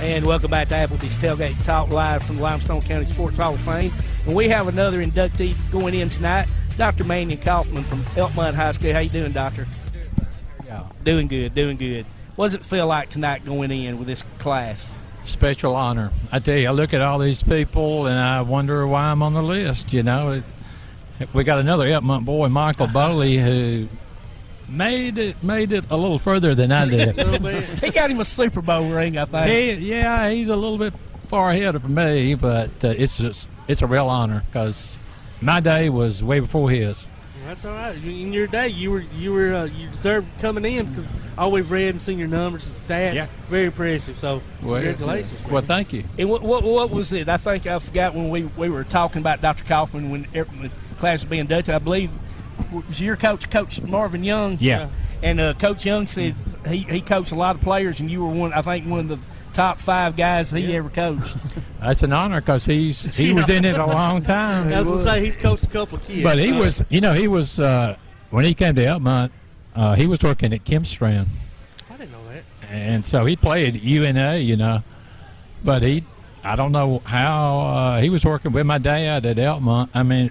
And welcome back to Applebee's Tailgate Talk live from Limestone County Sports Hall of Fame. And we have another inductee going in tonight, Dr. Mannion Kaufman from Elkmont High School. How you doing, Doctor? Doing good, doing good. What does it feel like tonight going in with this class? Special honor. I tell you, I look at all these people and I wonder why I'm on the list. You know, it, we got another Elkmont boy, Michael Bowley, who made it made it a little further than I did. he got him a Super Bowl ring, I think. He- yeah, he's a little bit far ahead of me, but uh, it's just, it's a real honor because my day was way before his. That's all right. You- In your day, you were you were uh, you deserved coming in because all we've read and seen your numbers and stats. Yeah. Very impressive. So congratulations. Well, thank you. And what, what, what was it? I think I forgot when we, we were talking about Dr. Kaufman when er- when class was being inducted. I believe it was your coach, Coach Marvin Young. Yeah. And uh, Coach Young said he, he coached a lot of players, and you were one. I think one of the top five guys he ever coached. That's an honor because he's he was in it a long time. I was gonna say he's coached a couple of kids. But he so- was, you know, he was uh, when he came to Elmont, uh, he was working at Kimstrand, I didn't know that. and so he played at UNA, you know. But he, I don't know how uh, he was working with my dad at Elmont. I mean,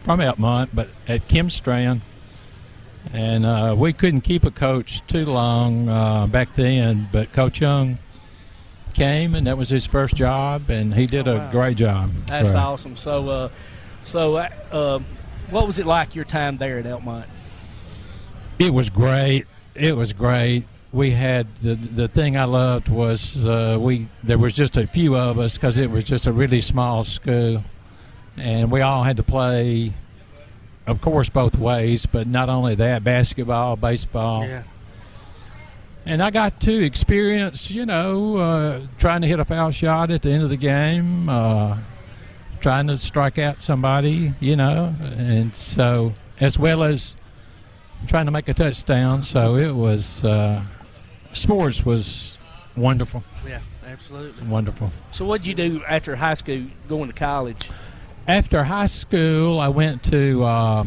from Elmont, but at Kimstrand, and uh, we couldn't keep a coach too long uh, back then. But Coach Young came, and that was his first job, and he did Oh, a wow. great job. That's Right. awesome. So, uh, so uh, um, what was it like your time there at Elmont? It was great. It was great. We had the the thing I loved was uh, we there was just a few of us because it was just a really small school, and we all had to play, of course, both ways. But not only that, basketball, baseball, Yeah. and I got to experience, you know, uh, trying to hit a foul shot at the end of the game, uh, trying to strike out somebody, you know, and so as well as trying to make a touchdown. So it was uh, sports was wonderful, Yeah. Absolutely. wonderful. So, what'd you do after high school, going to college? After high school, I went to. Uh,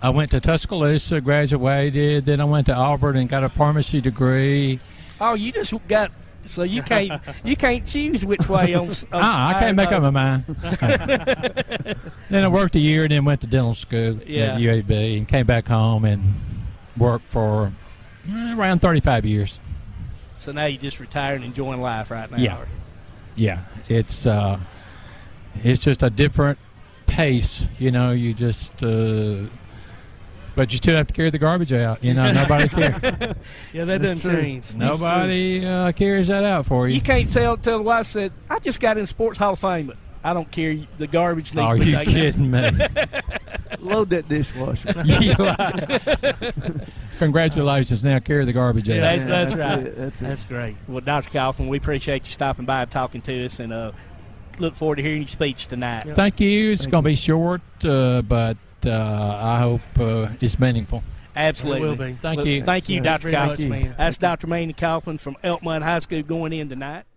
I went to Tuscaloosa, graduated. Then I went to Auburn and got a pharmacy degree. Oh, you just got so you can't you can't choose which way on. s- on Ah, I can't make up my mind. then I worked a year and then went to dental school Yeah. at UAB and came back home and worked for eh, around 35 years. So now you just retired and enjoying life right now. Yeah. Yeah, it's uh, it's just a different pace, you know. You just, uh, but you still have to carry the garbage out. You know, nobody cares. Yeah, that That's doesn't true. change. nobody uh, carries that out for you. You can't tell tell the wife said I just got in Sports Hall of Fame, but I don't care. The garbage needs Are to be you taken. out." kidding me? Load that dishwasher. You lie. Congratulations! Now carry the garbage out. Yeah, that's, that's, Yeah, right. it, that's it. That's great. Well, Dr. Kaufman, we appreciate you stopping by and talking to us, and uh, look forward to hearing your speech tonight. Thank you. It's Thank going to be short, uh, but uh, I hope uh, it's meaningful. Absolutely. It will be. Thank Well, you. Thank you, Thanks Dr. very Kaufman. much, man. That's Dr. Manny Kaufman from Elkmont High School going in tonight.